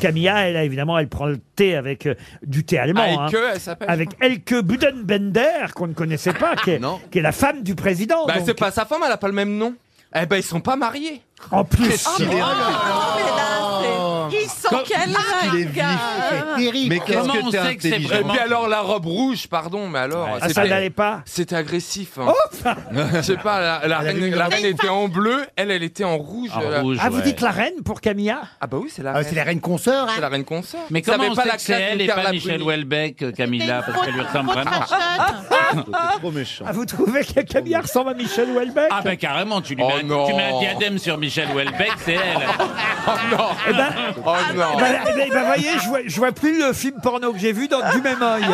Camilla, elle, évidemment, elle prend le thé avec euh, du thé allemand. Ah, Elke, hein. elle s'appelle Avec Elke Budenbender, qu'on ne connaissait pas, qui est, Non. qui est la femme du président. Bah, donc. c'est pas sa femme, elle a pas le même nom. Eh ben, ils sont pas mariés. En plus, Qu'est-ce qu'il est- Il sent qu'elle Mais qu'est-ce Comment que t'es intelligent Et puis alors, la robe rouge, pardon, mais alors. ah, ça Oh c'était- n'allait pas. C'était agressif. hein. Je sais pas, la, la reine, la reine était en bleu, elle, elle était en rouge. euh, Ah, vous dites la reine pour Camilla Ah bah oui, c'est la Ah, reine. c'est la reine consort. C'est la reine consort. Mais Ça comment avait on pas sait la que c'est classe elle de et Carla pas Michel Bruni. Houellebecq, euh, Camilla, parce qu'elle lui ressemble vraiment Trop méchant. Ah, vous trouvez que Camilla ressemble à Michel Houellebecq Ah ben carrément, tu lui Oh mets, un- non. tu mets un diadème sur Michel Houellebecq, c'est elle. Oh non Eh ben, Oh Ah, non bah, eh ben, eh ben, voyez, je vois, je vois plus le film porno que j'ai vu dans du même œil.